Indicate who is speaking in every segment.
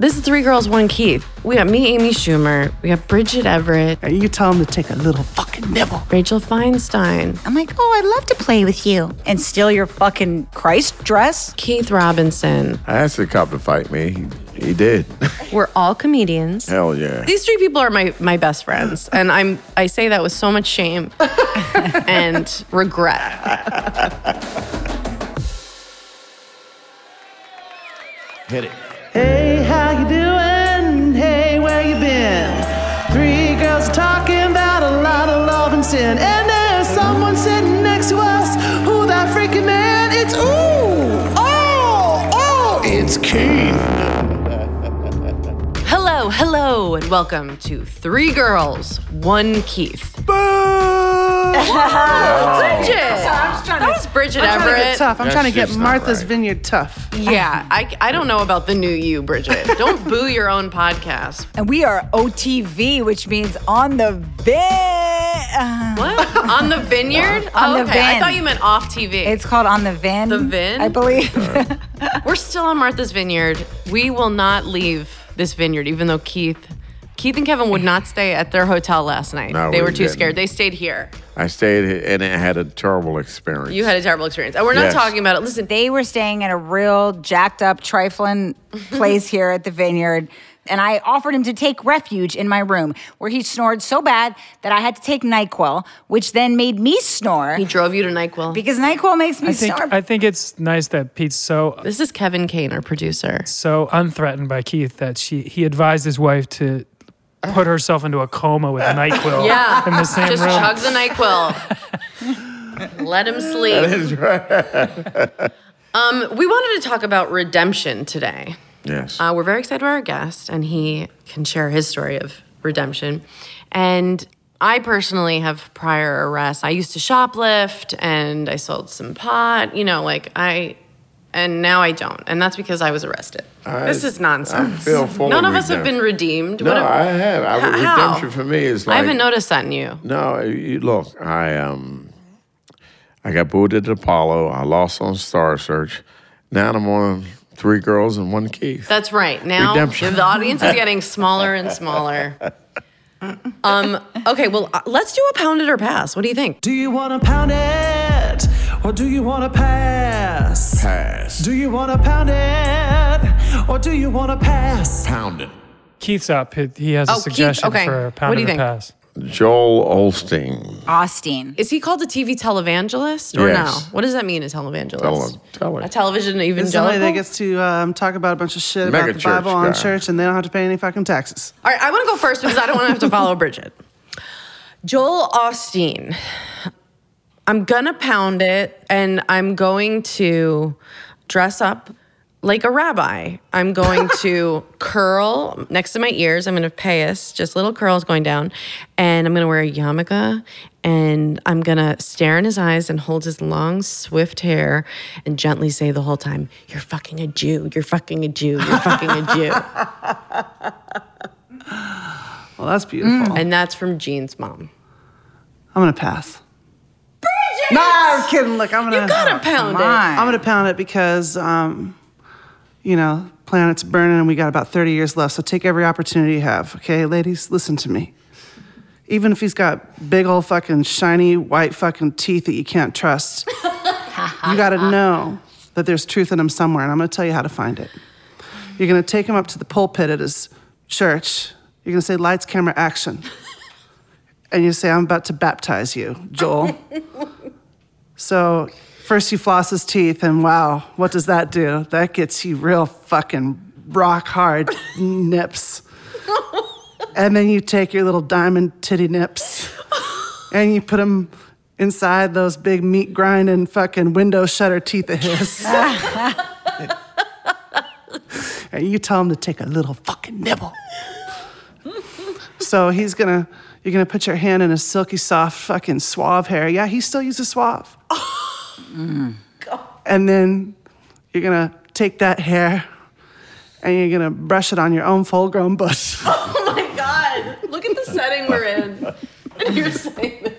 Speaker 1: This is Three Girls, One Keith. We got me, Amy Schumer. We got Bridget Everett,
Speaker 2: And you tell him to take a little fucking nibble.
Speaker 1: Rachel Feinstein,
Speaker 3: I'm like, oh, I'd love to play with you and steal your fucking Christ dress.
Speaker 1: Keith Robinson.
Speaker 4: I asked the cop to fight me. He, he did.
Speaker 5: We're all comedians.
Speaker 4: Hell yeah.
Speaker 1: These three people are my, my best friends. And I'm I say that with so much shame and regret.
Speaker 4: Hit it.
Speaker 2: Hey, how you doing? Hey, where you been? Three girls talking about a lot of love and sin. And there's someone sitting next to us. Who that freaking man? It's ooh, oh, oh, it's Keith.
Speaker 1: Hello, hello, and welcome to Three Girls, One Keith.
Speaker 2: Oh.
Speaker 1: Bridget! that was Bridget
Speaker 2: I'm trying to get
Speaker 1: Everett.
Speaker 2: tough. I'm
Speaker 4: That
Speaker 2: trying to get
Speaker 4: shit's not
Speaker 2: Martha's
Speaker 4: right.
Speaker 2: Vineyard tough.
Speaker 1: Yeah, I, I don't know about the new you, Bridget. Don't boo your own podcast.
Speaker 3: And we are OTV, which means on the van.
Speaker 1: What? On the vineyard?
Speaker 3: On
Speaker 1: oh,
Speaker 3: the
Speaker 1: okay. I
Speaker 3: vin.
Speaker 1: thought you meant off TV.
Speaker 3: It's called on the van.
Speaker 1: The Vin?
Speaker 3: I believe.
Speaker 1: We're still on Martha's Vineyard. We will not leave this vineyard, even though Keith, Keith and Kevin would not stay at their hotel last night.
Speaker 4: No,
Speaker 1: they
Speaker 4: we
Speaker 1: were too
Speaker 4: didn't.
Speaker 1: scared. They stayed here.
Speaker 4: I stayed and I had a terrible experience.
Speaker 1: You had a terrible experience, and we're not
Speaker 4: Yes.
Speaker 1: talking about it. Listen,
Speaker 3: they were staying at a real jacked up, trifling place here at the vineyard. And I offered him to take refuge in my room where he snored so bad that I had to take NyQuil, which then made me snore
Speaker 1: he drove you to Nyquil.
Speaker 3: because NyQuil makes me
Speaker 6: I think
Speaker 3: snore.
Speaker 6: I think it's nice that Pete's so
Speaker 1: this is Kevin Kane, our producer.
Speaker 6: so unthreatened by Keith that she he advised his wife to put herself into a coma with Nyquil
Speaker 1: Yeah.
Speaker 6: in the same
Speaker 1: Just
Speaker 6: room.
Speaker 1: chug the Nyquil. Let him sleep.
Speaker 4: That's right.
Speaker 1: Um, we wanted to talk about redemption today.
Speaker 4: Yes.
Speaker 1: Uh, we're very excited about our guest, and he can share his story of redemption. And I personally have prior arrests. I used to shoplift, and I sold some pot. You know, like I, and now I don't, and that's because I was arrested.
Speaker 4: I-
Speaker 1: this is nonsense.
Speaker 4: I feel full
Speaker 1: None
Speaker 4: of
Speaker 1: of us have been redeemed.
Speaker 4: no,
Speaker 1: What if-
Speaker 4: I had. I,
Speaker 1: How?
Speaker 4: redemption for me is like.
Speaker 1: I haven't noticed that in you.
Speaker 4: No, you, look, I um, I got booted at Apollo. I lost on Star Search. Now I'm on Three Girls and One Keith.
Speaker 1: That's right. Now
Speaker 4: Redemption.
Speaker 1: the audience is getting smaller and smaller. Um, okay, well, uh, let's do a pound it or pass. What do you think?
Speaker 2: Do you wanna pound it? Or do you wanna pass?
Speaker 4: Pass.
Speaker 2: Do you wanna pound it? Or do you wanna pass?
Speaker 4: Pound it.
Speaker 6: Keith's up. He, he has
Speaker 1: Oh,
Speaker 6: a
Speaker 1: Keith,
Speaker 6: suggestion
Speaker 1: okay.
Speaker 6: for a pound
Speaker 1: What do you
Speaker 6: of the
Speaker 1: think?
Speaker 6: pass.
Speaker 4: Joel Olstein.
Speaker 3: Austin.
Speaker 1: Is he called a TV televangelist or
Speaker 4: Yes.
Speaker 1: no? What does that mean, a televangelist?
Speaker 4: Tele- tele-
Speaker 1: a television
Speaker 2: It's somebody
Speaker 1: evangelical?
Speaker 2: that gets to um, talk about a bunch of shit about the
Speaker 4: Megachurch
Speaker 2: Bible on
Speaker 4: guy.
Speaker 2: church, and they don't have to pay any fucking taxes.
Speaker 1: All right, I want to go first because I don't want to have to follow Bridget. Joel Austin. I'm gonna pound it, and I'm going to dress up like a rabbi. I'm going to curl next to my ears. I'm gonna payas, just little curls going down, and I'm gonna wear a yarmulke, and I'm gonna stare in his eyes and hold his long, swift hair, and gently say the whole time, "You're fucking a Jew. You're fucking a Jew. You're fucking a Jew."
Speaker 2: Well, that's beautiful.
Speaker 1: And that's from Jean's mom.
Speaker 2: I'm gonna pass. No, I'm kidding. Look, I'm gonna.
Speaker 1: You gotta pound
Speaker 3: Come
Speaker 1: it.
Speaker 3: on.
Speaker 2: I'm gonna pound it because, um, you know, planet's burning, and we got about 30 years left. So take every opportunity you have. Okay, ladies, listen to me. Even if he's got big old fucking shiny white fucking teeth that you can't trust, you gotta know that there's truth in him somewhere, and I'm gonna tell you how to find it. You're gonna take him up to the pulpit at his church. You're gonna say, "Lights, camera, action." and you say, I'm about to baptize you, Joel. so first you floss his teeth, and wow, what does that do? That gets you real fucking rock hard nips. and then you take your little diamond titty nips and you put them inside those big meat grinding fucking window shutter teeth of his. and you tell him to take a little fucking nibble. So he's gonna, you're gonna put your hand in his silky, soft, fucking suave hair. Yeah, he still uses suave. And then you're gonna take that hair and you're gonna brush it on your own full grown bush.
Speaker 1: Oh my god! Look at the setting we're in. And you're saying this.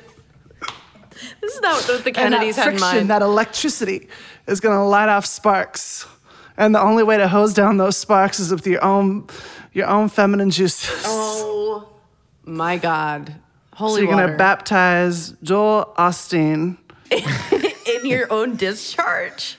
Speaker 1: This is not what the
Speaker 2: and
Speaker 1: Kennedys
Speaker 2: that
Speaker 1: had in
Speaker 2: friction,
Speaker 1: mind.
Speaker 2: that electricity is gonna light off sparks. And the only way to hose down those sparks is with your own, your own feminine juices.
Speaker 1: Oh my God.
Speaker 2: so
Speaker 1: Holy
Speaker 2: you're
Speaker 1: water.
Speaker 2: gonna baptize Joel Austin.
Speaker 1: in your own discharge.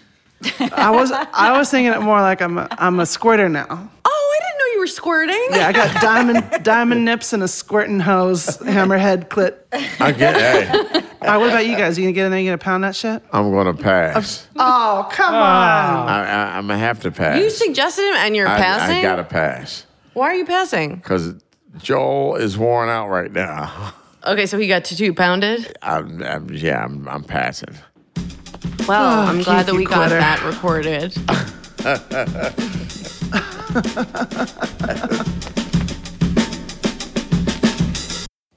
Speaker 2: I was, I was thinking it more like I'm, a, I'm a squirter now.
Speaker 1: Oh, I didn't know you were squirting.
Speaker 2: Yeah, I got diamond, diamond nips and a squirting hose, hammerhead clit.
Speaker 4: I get. hey,
Speaker 2: All right, what about you guys? You gonna get in there? You gonna pound that shit?
Speaker 4: I'm gonna pass.
Speaker 2: Oh, come
Speaker 6: Ah,
Speaker 2: on!
Speaker 4: I, I, I'm gonna have to pass.
Speaker 1: You suggested him and you're
Speaker 4: I,
Speaker 1: passing?
Speaker 4: I gotta pass
Speaker 1: Why are you passing?
Speaker 4: because Joel is worn out right now.
Speaker 1: Okay, so he got tattoo pounded.
Speaker 4: I'm, I'm, yeah, I'm, I'm passing.
Speaker 1: Well, I'm glad that
Speaker 2: Kiki
Speaker 1: we got
Speaker 2: quitter.
Speaker 1: that recorded.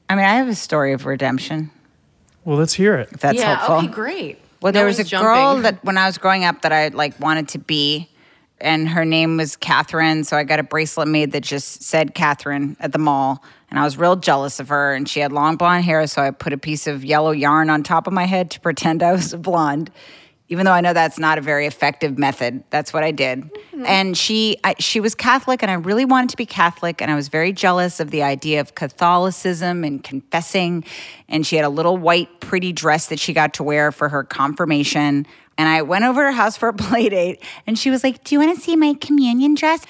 Speaker 3: I mean, I have a story of redemption.
Speaker 6: Well, let's hear it.
Speaker 3: If that's
Speaker 1: yeah,
Speaker 3: helpful.
Speaker 1: okay, great.
Speaker 3: Well,
Speaker 1: No
Speaker 3: there was a
Speaker 1: one's
Speaker 3: girl
Speaker 1: jumping.
Speaker 3: that when I was growing up that I like wanted to be, and her name was Catherine. So I got a bracelet made that just said Catherine at the mall, and I was real jealous of her. And she had long blonde hair, so I put a piece of yellow yarn on top of my head to pretend I was a blonde. Even though I know that's not a very effective method, that's what I did. And she, I, she was Catholic, and I really wanted to be Catholic, and I was very jealous of the idea of Catholicism and confessing. And she had a little white, pretty dress that she got to wear for her confirmation. And I went over to her house for a play date, and she was like, Do you want to see my communion dress?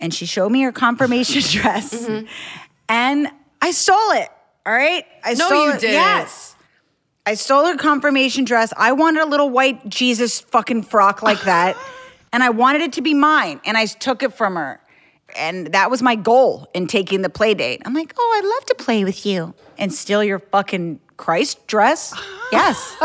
Speaker 3: And she showed me her confirmation dress, and I stole it. All right, I
Speaker 1: No,
Speaker 3: stole
Speaker 1: you
Speaker 3: it.
Speaker 1: didn't.
Speaker 3: Yes. I stole her confirmation dress. I wanted a little white Jesus fucking frock like that. and I wanted it to be mine. And I took it from her. And that was my goal in taking the play date. I'm like, oh, I'd love to play with you and steal your fucking Christ dress. Yes.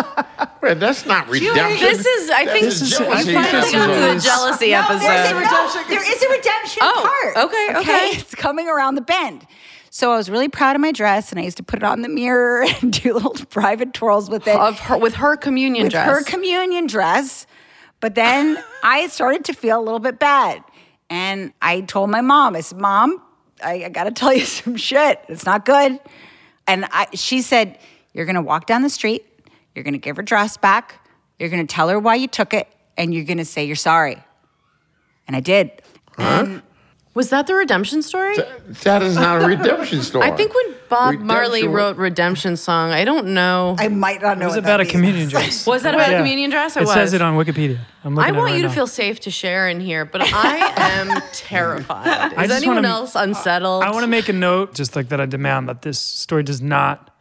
Speaker 4: Wait, that's not redemption.
Speaker 1: This is, I think,
Speaker 4: This is
Speaker 1: we
Speaker 4: jealousy.
Speaker 1: finally got to the
Speaker 6: Jealousy.
Speaker 1: jealousy
Speaker 3: No, there's a
Speaker 1: episode.
Speaker 3: redemption. there is a redemption
Speaker 1: Oh,
Speaker 3: part.
Speaker 1: okay, okay.
Speaker 3: It's coming around the bend. So I was really proud of my dress, and I used to put it on the mirror and do little private twirls with it.
Speaker 1: Of her, with her communion
Speaker 3: with
Speaker 1: dress.
Speaker 3: her communion dress. But then I started to feel a little bit bad. And I told my mom, I said, Mom, I, I got to tell you some shit. It's not good. And I, she said, You're going to walk down the street. You're going to give her dress back. You're going to tell her why you took it. And you're going to say you're sorry. And I did.
Speaker 1: was that the redemption story?
Speaker 4: that is not a redemption story.
Speaker 1: I think when Bob Marley
Speaker 4: Redemption-
Speaker 1: wrote Redemption Song, I don't know.
Speaker 3: I might not know
Speaker 6: It was
Speaker 3: what
Speaker 6: about
Speaker 3: that
Speaker 6: a
Speaker 3: means.
Speaker 6: communion dress.
Speaker 1: was that about a communion dress? It,
Speaker 6: It
Speaker 1: was.
Speaker 6: says it on Wikipedia. I'm
Speaker 1: I
Speaker 6: looking at it
Speaker 1: want
Speaker 6: right
Speaker 1: you to
Speaker 6: now.
Speaker 1: feel safe to share in here, but I am terrified. Is
Speaker 6: just wanna-
Speaker 1: anyone else unsettled?
Speaker 6: I want to make a note, just like that. I demand that this story does not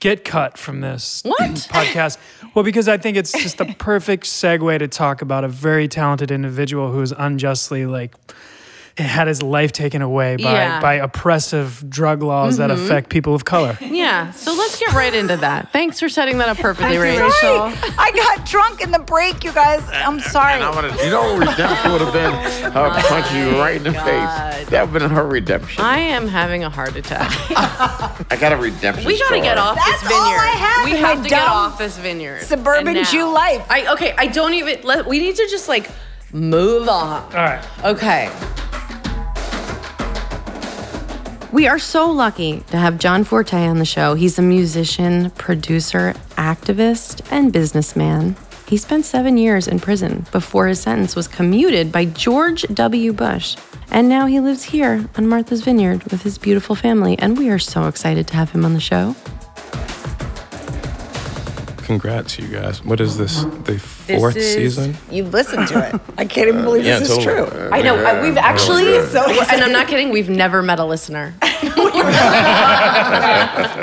Speaker 6: get cut from this
Speaker 1: What?
Speaker 6: podcast. Well, because I think it's just the perfect segue to talk about a very talented individual who is unjustly like had his life taken away by
Speaker 1: Yeah. Mm-hmm.
Speaker 6: by oppressive drug laws that affect people of color.
Speaker 1: Yeah, so let's get right into that. Thanks for setting that up perfectly, Rachel.
Speaker 3: Sorry. I got drunk in the break, you guys. I'm sorry.
Speaker 4: And I'm gonna, you know, redemption would have been
Speaker 1: Oh
Speaker 4: her punching you right in the face. That would have been her redemption.
Speaker 1: I am having a heart attack.
Speaker 4: I got a redemption.
Speaker 1: We gotta
Speaker 4: story.
Speaker 1: get off
Speaker 3: That's
Speaker 1: this vineyard.
Speaker 3: all I have in
Speaker 1: we have
Speaker 3: my
Speaker 1: to get
Speaker 3: dumb
Speaker 1: off this vineyard.
Speaker 3: suburban
Speaker 1: And now-
Speaker 3: Jew life.
Speaker 1: I okay. I don't even. Let, we need to just like move on.
Speaker 6: All right.
Speaker 1: Okay.
Speaker 5: We are so lucky to have John Forte on the show. He's a musician, producer, activist, and businessman. He spent seven years in prison before his sentence was commuted by George W. Bush. And now he lives here on Martha's Vineyard with his beautiful family. And we are so excited to have him on the show.
Speaker 7: Congrats, you guys. What is this? The fourth season?
Speaker 3: You've listened to it. I can't
Speaker 4: Uh,
Speaker 3: even believe
Speaker 7: yeah,
Speaker 3: this is
Speaker 7: totally.
Speaker 3: true.
Speaker 1: I know. I-
Speaker 4: Yeah,
Speaker 1: we've
Speaker 4: that was
Speaker 1: actually,
Speaker 4: good.
Speaker 1: and I'm not kidding. We've never met a listener.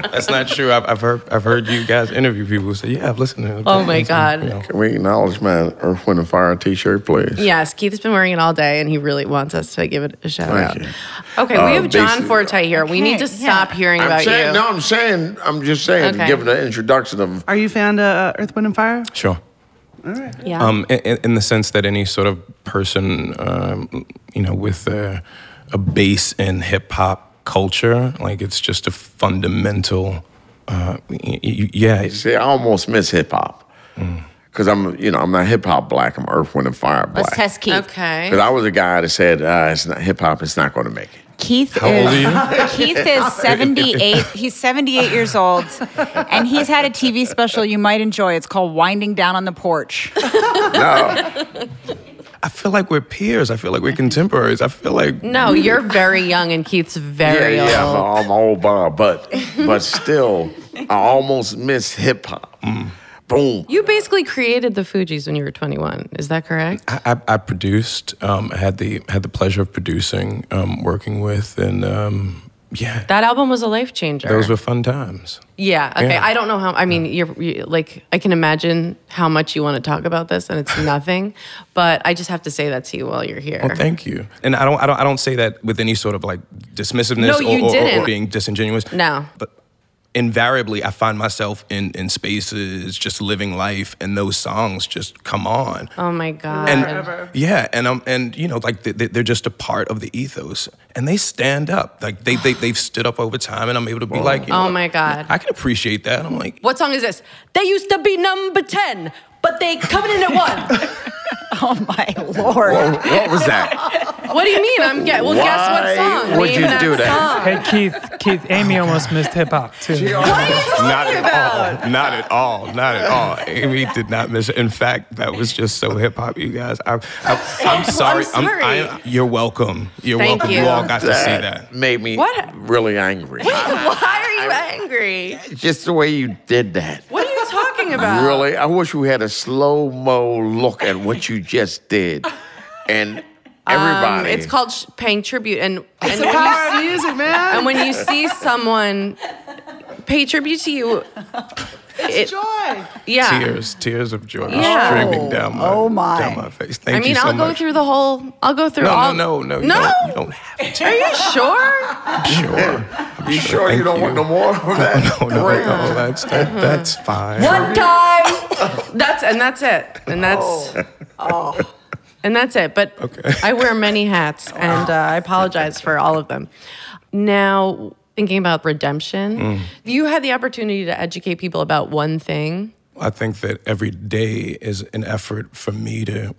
Speaker 7: That's not true. I've, I've heard I've heard you guys interview people who say, "Yeah, I've listened to." it."
Speaker 1: Oh my God.
Speaker 7: You know.
Speaker 4: Can we acknowledge my Earth, Wind, and Fire T-shirt, please?
Speaker 1: Yes, Keith's been wearing it all day, and he really wants us to give it a shout
Speaker 4: Thank
Speaker 1: out.
Speaker 4: you.
Speaker 1: Okay,
Speaker 4: Uh,
Speaker 1: we have John
Speaker 4: basically-
Speaker 1: Forte here. We need to
Speaker 3: Okay, yeah.
Speaker 1: stop hearing
Speaker 4: I'm
Speaker 1: about
Speaker 4: saying,
Speaker 1: you.
Speaker 4: No, I'm saying, I'm just saying,
Speaker 1: Okay.
Speaker 4: giving an introduction of
Speaker 2: Are you fan of uh, Earth, Wind, and Fire?
Speaker 7: Sure.
Speaker 5: Yeah.
Speaker 7: Um, in- in, in the sense that any sort of person, um, you know, with a, a base in hip hop culture, like it's just a fundamental. Uh, y- y- yeah, it's-
Speaker 4: See, I almost miss hip hop
Speaker 1: Mm.
Speaker 4: because I'm, you know, I'm not hip hop black. I'm Earth, Wind, and Fire black.
Speaker 3: Let's test Keith.
Speaker 1: Okay.
Speaker 4: Because I was a guy that said, uh, "It's not hip hop. It's not going to make it."
Speaker 3: Keith
Speaker 7: How old are
Speaker 3: is Keith is 78. He's 78 years old and he's had a TV special you might enjoy. It's called Winding Down on the Porch.
Speaker 4: No,
Speaker 7: I feel like we're peers. I feel like we're contemporaries. I feel like
Speaker 8: No, you're very young and Keith's very
Speaker 4: yeah, yeah,
Speaker 8: old.
Speaker 4: I'm, I'm old Bob, but but still, I almost miss hip hop. Boom.
Speaker 1: Mm. You basically created the Fugees when you were 21. Is that correct?
Speaker 7: I, I, I produced. Um, I had the had the pleasure of producing, um, working with, and um, yeah,
Speaker 1: That album was a life changer.
Speaker 7: those were fun times.
Speaker 1: yeah. Okay.
Speaker 7: Yeah.
Speaker 1: I don't know how. I mean, you're you, like I can imagine how much you want to talk about this, and it's nothing. but I just have to say that to you while you're here.
Speaker 7: Well, thank you. And I don't, I don't, I don't say that with any sort of like dismissiveness
Speaker 1: No, you
Speaker 7: or, or- or,
Speaker 1: didn't.
Speaker 7: or being disingenuous.
Speaker 1: No.
Speaker 7: But invariably, I find myself in in spaces just living life, and those songs just come on.
Speaker 1: oh my god.
Speaker 7: and yeah, and um, and you know, like they, they- they're just a part of the ethos, and they stand up. Like they they they've stood up over time, and I'm able to be like, you know
Speaker 1: Oh
Speaker 7: what?
Speaker 1: my God.
Speaker 7: I can appreciate that. I'm like,
Speaker 1: what song is this? They used to be number 10, but they coming in at one.
Speaker 3: Oh my lord.
Speaker 4: What, what was that?
Speaker 1: what do you mean? I'm get. Well, guess
Speaker 4: Why
Speaker 1: what song?
Speaker 4: would
Speaker 1: Name
Speaker 4: you
Speaker 1: that
Speaker 4: do that?
Speaker 1: song.
Speaker 6: Hey Keith, Keith, Amy almost missed hip hop too.
Speaker 7: not at all. Not at all. Not at all. Amy did not miss. it. In fact, that was just so hip hop, you guys. I, I, I'm sorry. I'm-
Speaker 1: sorry.
Speaker 7: I- you're welcome. You're
Speaker 1: Thank
Speaker 7: welcome.
Speaker 1: you.
Speaker 7: You. all got to see that.
Speaker 4: That made me
Speaker 1: What?
Speaker 4: really angry.
Speaker 1: Why are you angry?
Speaker 4: Just the way you did that.
Speaker 1: What are you talking about?
Speaker 4: Really? I wish we had a slow mo look at what you just did. And everybody.
Speaker 1: Um, It's called sh- paying tribute, and and when,
Speaker 5: The
Speaker 1: you,
Speaker 5: power of music, man.
Speaker 1: and when you see someone pay tribute to you, it,
Speaker 5: Joy.
Speaker 1: yeah.
Speaker 7: Tears, tears of joy
Speaker 1: Yeah.
Speaker 7: streaming down my,
Speaker 3: Oh, my.
Speaker 7: down my face. Thank
Speaker 1: I mean,
Speaker 7: you so
Speaker 1: I'll go
Speaker 7: much.
Speaker 1: through the whole. I'll go through
Speaker 7: no,
Speaker 1: all.
Speaker 7: no, no, no. You
Speaker 1: No?
Speaker 7: don't, you don't have to.
Speaker 1: Are you sure?
Speaker 7: Sure. Uh,
Speaker 4: you sure you
Speaker 7: Thank
Speaker 4: don't want no more of that?
Speaker 7: Oh, No, no, no. That's that, that's fine.
Speaker 1: One time. Oh. That's and that's it. And that's. And that's it. But
Speaker 7: Okay.
Speaker 1: I wear many hats, and uh, I apologize for all of them. Now, thinking about redemption, you had the opportunity to educate people about one thing.
Speaker 7: I think that every day is an effort for me to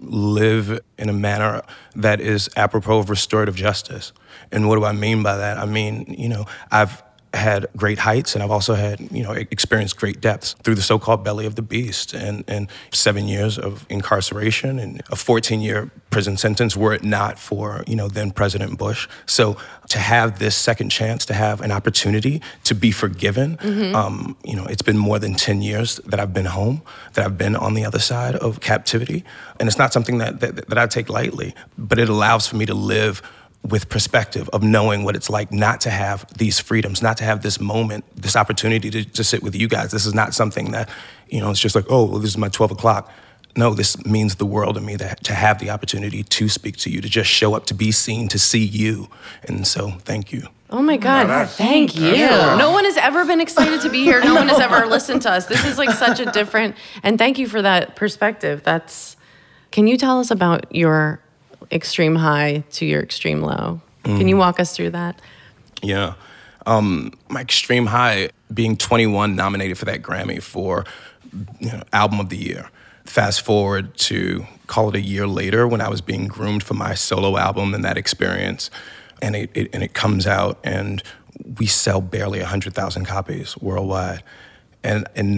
Speaker 7: live in a manner that is apropos of restorative justice. And what do I mean by that? I mean, you know, I've had great heights and I've also had, you know, e, experienced great depths through the so-called belly of the beast and, and seven years of incarceration and a 14-year prison sentence were it not for, you know, then President Bush. So to have this second chance, to have an opportunity to be forgiven, um, you know, it's been more than 10 years that I've been home, that I've been on the other side of captivity. And it's not something that, that, that I take lightly, but it allows for me to live with perspective of knowing what it's like not to have these freedoms, not to have this moment, this opportunity to, to sit with you guys. This is not something that, you know, it's just like, oh, well, this is my 12 o'clock. No, this means the world to me that to have the opportunity to speak to you, to just show up, to be seen, to see you. And so thank you.
Speaker 1: Oh my God! thank you. No one has ever been excited to be here. No one has ever listened to us. This is like such a different. And thank you for that perspective. That's. Can you tell us about your extreme high to your extreme low? Can you walk us through that?
Speaker 7: Yeah. Um, my extreme high being 21 nominated for that Grammy for you know, album of the year. Fast forward to call it a year later when I was being groomed for my solo album and that experience, and it, it and it comes out and we sell barely 100,000 copies worldwide. And in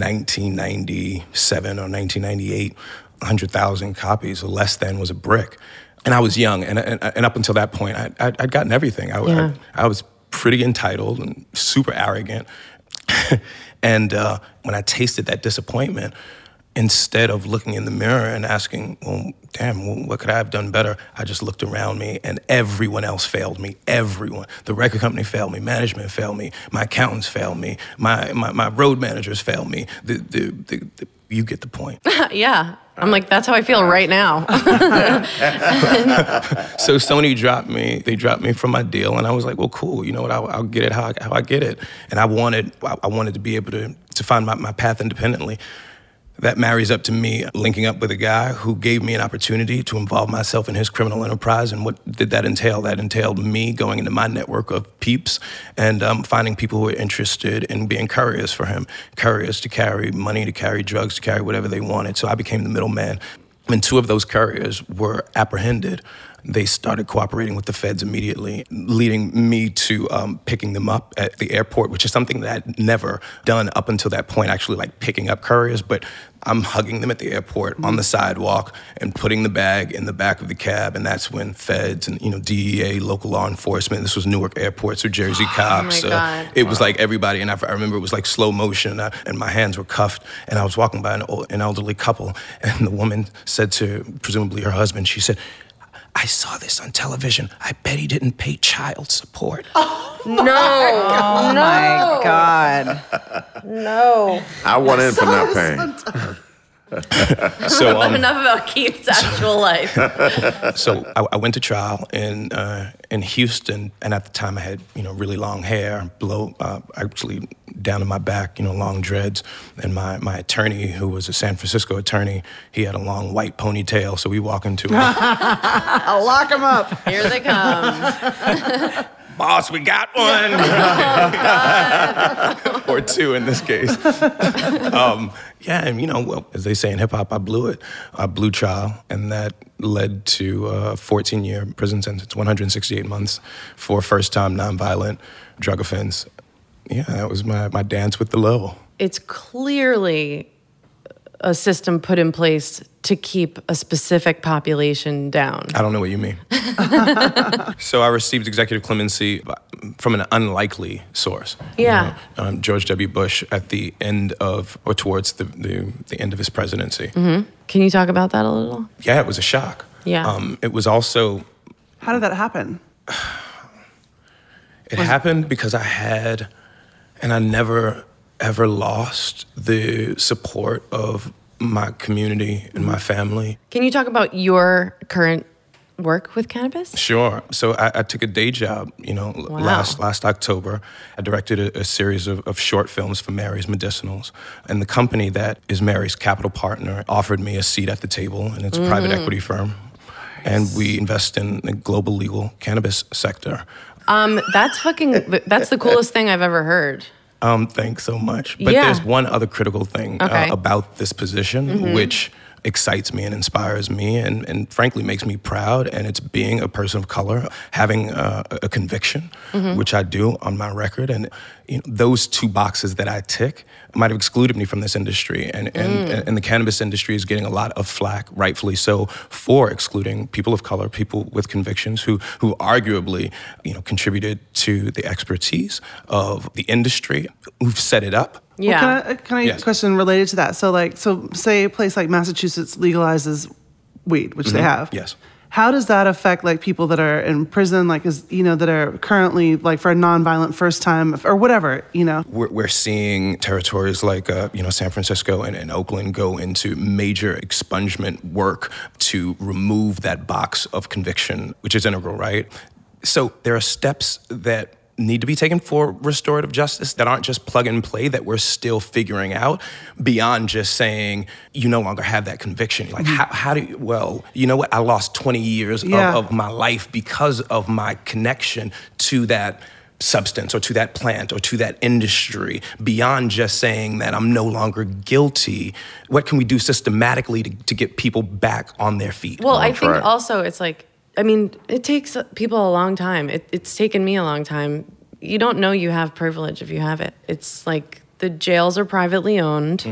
Speaker 7: 1997 or 1998, 100,000 copies or less than was a brick. And I was young, and, and, and up until that point, I, I'd, I'd gotten everything. I,
Speaker 1: Yeah.
Speaker 7: I, I was pretty entitled and super arrogant. and uh, when I tasted that disappointment, instead of looking in the mirror and asking, well, damn, well, what could I have done better? I just looked around me and everyone else failed me. Everyone. The record company failed me. Management failed me. My accountants failed me. My, my, my road managers failed me. The, the, the, the, you get the point.
Speaker 1: Yeah. I'm like, that's how I feel right now.
Speaker 7: so Sony dropped me. They dropped me from my deal, and I was like, "Well, cool. You know what? I'll, I'll get it how I, how I get it." And I wanted, I I wanted to be able to to find my, my path independently. That marries up to me linking up with a guy who gave me an opportunity to involve myself in his criminal enterprise. And what did that entail? That entailed me going into my network of peeps and um, finding people who are interested in being couriers for him, couriers to carry money, to carry drugs, to carry whatever they wanted. So I became the middleman. And two of those couriers were apprehended they started cooperating with the feds immediately, leading me to um, picking them up at the airport, which is something that I'd never done up until that point, actually like picking up couriers. But I'm hugging them at the airport on the sidewalk and putting the bag in the back of the cab. And that's when feds and, you know, DEA, local law enforcement, this was Newark Airport, so Jersey cops. so
Speaker 1: God.
Speaker 7: it was like everybody. And I, I remember it was like slow motion uh, and my hands were cuffed. And I was walking by an, old, an elderly couple. And the woman said to presumably her husband, she said, I saw this on television. I bet he didn't pay child support.
Speaker 1: No, Oh, no,
Speaker 3: My God.
Speaker 1: no.
Speaker 4: I went in for not paying.
Speaker 7: So, um,
Speaker 1: Enough about Keith's actual life.
Speaker 7: so I, I went to trial in uh, in Houston, and at the time I had you know really long hair, blow uh, actually down to my back, you know, long dreads. And my my attorney, who was a San Francisco attorney, he had a long white ponytail. So we walk into it.
Speaker 2: I'll lock him up.
Speaker 1: Here they come.
Speaker 7: boss, we got one or two in this case. um, yeah, and you know, well, as they say in hip hop, I blew it. I blew trial, and that led to a 14 year prison sentence, 168 months for first time nonviolent drug offense. Yeah, that was my, my dance with the low.
Speaker 1: It's clearly a system put in place to keep a specific population down.
Speaker 7: I don't know what you mean. so I received executive clemency from an unlikely source. you
Speaker 1: Yeah.
Speaker 7: know, um, George W. Bush at the end of, or towards the, the, the end of his presidency.
Speaker 1: Can you talk about that a little?
Speaker 7: Yeah, it was a shock.
Speaker 1: Mm-hmm. Yeah.
Speaker 7: Um, it was also
Speaker 2: How did that happen?
Speaker 7: It happened because I had, and I never ever lost the support of my community and my family.
Speaker 1: Can you talk about your current work with cannabis?
Speaker 7: Sure. So I, I took a day job, you know, l-
Speaker 1: Wow.
Speaker 7: last last October. I directed a, a series of, of short films for Mary's Medicinals, and the company that is Mary's capital partner offered me a seat at the table, and it's a private
Speaker 1: Mm.
Speaker 7: equity firm. And we invest in the global legal cannabis sector.
Speaker 1: Um, that's fucking. That's the coolest thing I've ever heard.
Speaker 7: Um, thanks so much. But
Speaker 1: Yeah.
Speaker 7: there's one other critical thing
Speaker 1: Okay.
Speaker 7: uh, about this position, which excites me and inspires me and, and frankly makes me proud. And it's being a person of color, having uh, a, a conviction, which I do on my record. And you know, those two boxes that I tick might have excluded me from this industry. And, and, and the cannabis industry is getting a lot of flack, rightfully so, for excluding people of color, people with convictions who, who arguably you know, contributed to the expertise of the industry, who've set it up.
Speaker 1: Yeah.
Speaker 2: Well, can I, can I
Speaker 7: Yes.
Speaker 2: question related to that? So, like, so say a place like Massachusetts legalizes weed, which they
Speaker 6: Mm-hmm.
Speaker 2: have.
Speaker 7: Yes.
Speaker 2: How does that affect like people that are in prison, like is you know that are currently like for a nonviolent first time or whatever, you know?
Speaker 7: we're, we're seeing territories like uh, you know San Francisco and, and Oakland go into major expungement work to remove that box of conviction, which is integral, right? So there are steps that need to be taken for restorative justice that aren't just plug and play that we're still figuring out beyond just saying you no longer have that conviction like how, how do you well you know what i lost 20 years
Speaker 2: Yeah.
Speaker 7: of, of my life because of my connection to that substance or to that plant or to that industry beyond just saying that I'm no longer guilty? What can we do systematically to, to get people back on their feet?
Speaker 1: Well, I think
Speaker 4: right.
Speaker 1: also it's like, I mean, it takes people a long time. It, it's taken me a long time. You don't know you have privilege if you have it. It's like the jails are privately owned.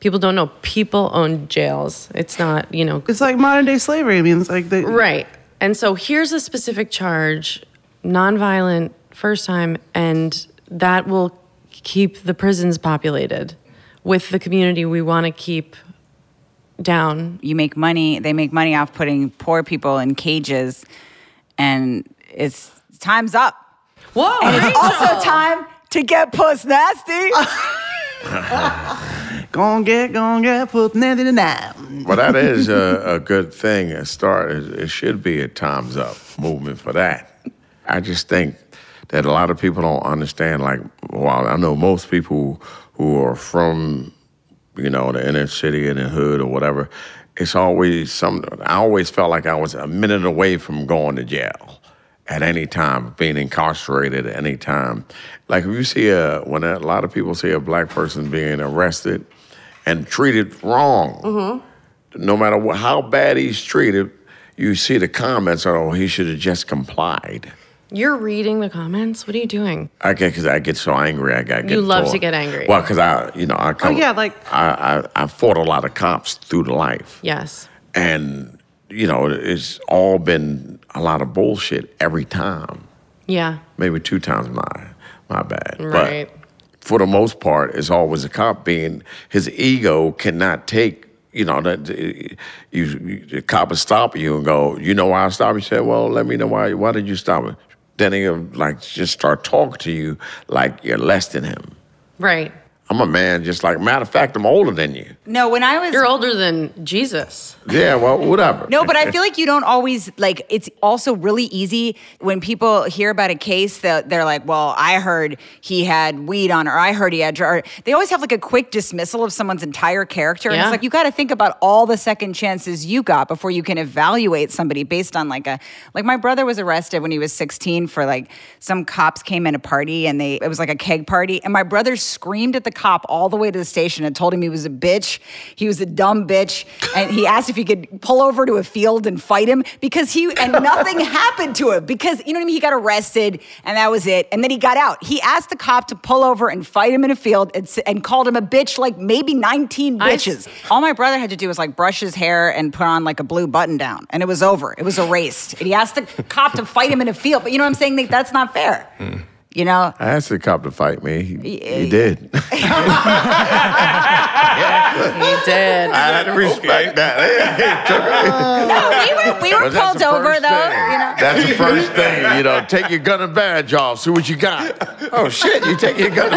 Speaker 1: People don't know people own jails. It's not, you know,
Speaker 2: It's like modern day slavery. I mean, it's like they,
Speaker 1: right. And so here's a specific charge nonviolent, first time, and that will keep the prisons populated with the community we want to keep down
Speaker 3: You make money, they make money off putting poor people in cages, and it's time's up.
Speaker 1: Whoa!
Speaker 3: It's also time to get puss nasty.
Speaker 2: gonna get, gonna get put nanny to nap.
Speaker 4: Well, that is a, a good thing. A start. It, it should be a times up movement for that. I just think that a lot of people don't understand. Like, well, I know most people who are from, you know, the inner city and the hood or whatever. It's always some. I always felt like I was a minute away from going to jail at any time, being incarcerated at any time. Like if you see a when a lot of people see a black person being arrested and treated wrong no matter what, how bad he's treated, you see the comments are, oh, he should have just complied.
Speaker 1: You're reading the comments. What are you doing?
Speaker 4: I get because I get so angry. I got get
Speaker 1: You love
Speaker 4: tore-
Speaker 1: to get angry.
Speaker 4: Well, because I, you know, I come.
Speaker 2: Oh, yeah, like-
Speaker 4: I, I, I fought a lot of cops through the life,
Speaker 1: Yes.
Speaker 4: and you know, it's all been a lot of bullshit every time.
Speaker 1: Yeah.
Speaker 4: Maybe two times my my bad.
Speaker 1: Right.
Speaker 4: But for the most part, it's always a cop being his ego cannot take. You know that uh, you, you the cop will stop you and go. You know why I stopped? You said, "Well, let me know why. Why did you stop me?" Then he'll like just start talking to you like you're less than him.
Speaker 1: Right.
Speaker 4: I'm a man, just like matter of fact, I'm older than you.
Speaker 3: No, when I was
Speaker 1: You're older than Jesus.
Speaker 4: Yeah, well, whatever.
Speaker 3: No, but I feel like you don't always like. It's also really easy when people hear about a case that they're like, "Well, I heard he had weed on, or I heard he had." Or they always have like a quick dismissal of someone's entire character, and
Speaker 1: Yeah.
Speaker 3: it's like you got to think about all the second chances you got before you can evaluate somebody based on like a like. My brother was arrested when he was sixteen for like some cops came in a party and they it was like a keg party, and my brother screamed at the cop all the way to the station and told him he was a bitch, he was a dumb bitch, and he asked if he could pull over to a field and fight him because he and nothing happened to him because you know what I mean. He got arrested and that was it, and then he got out. He asked the cop to pull over and fight him in a field and, s- and called him a bitch like maybe nineteen
Speaker 1: I s-
Speaker 3: bitches. All my brother had to do was like brush his hair and put on like a blue button down, and it was over. It was erased. And he asked the cop to fight him in a field, but you know what I'm saying? Like, that's not fair. You know,
Speaker 4: I asked the cop to fight me. He, he did.
Speaker 1: He did.
Speaker 4: I had to respect that.
Speaker 3: no, we were we were
Speaker 4: But that's
Speaker 3: pulled
Speaker 4: the
Speaker 3: over though.
Speaker 4: first thing.
Speaker 3: You know,
Speaker 4: That's the first thing, you know. Take your gun and badge off. See what you got. Oh shit! You take your gun and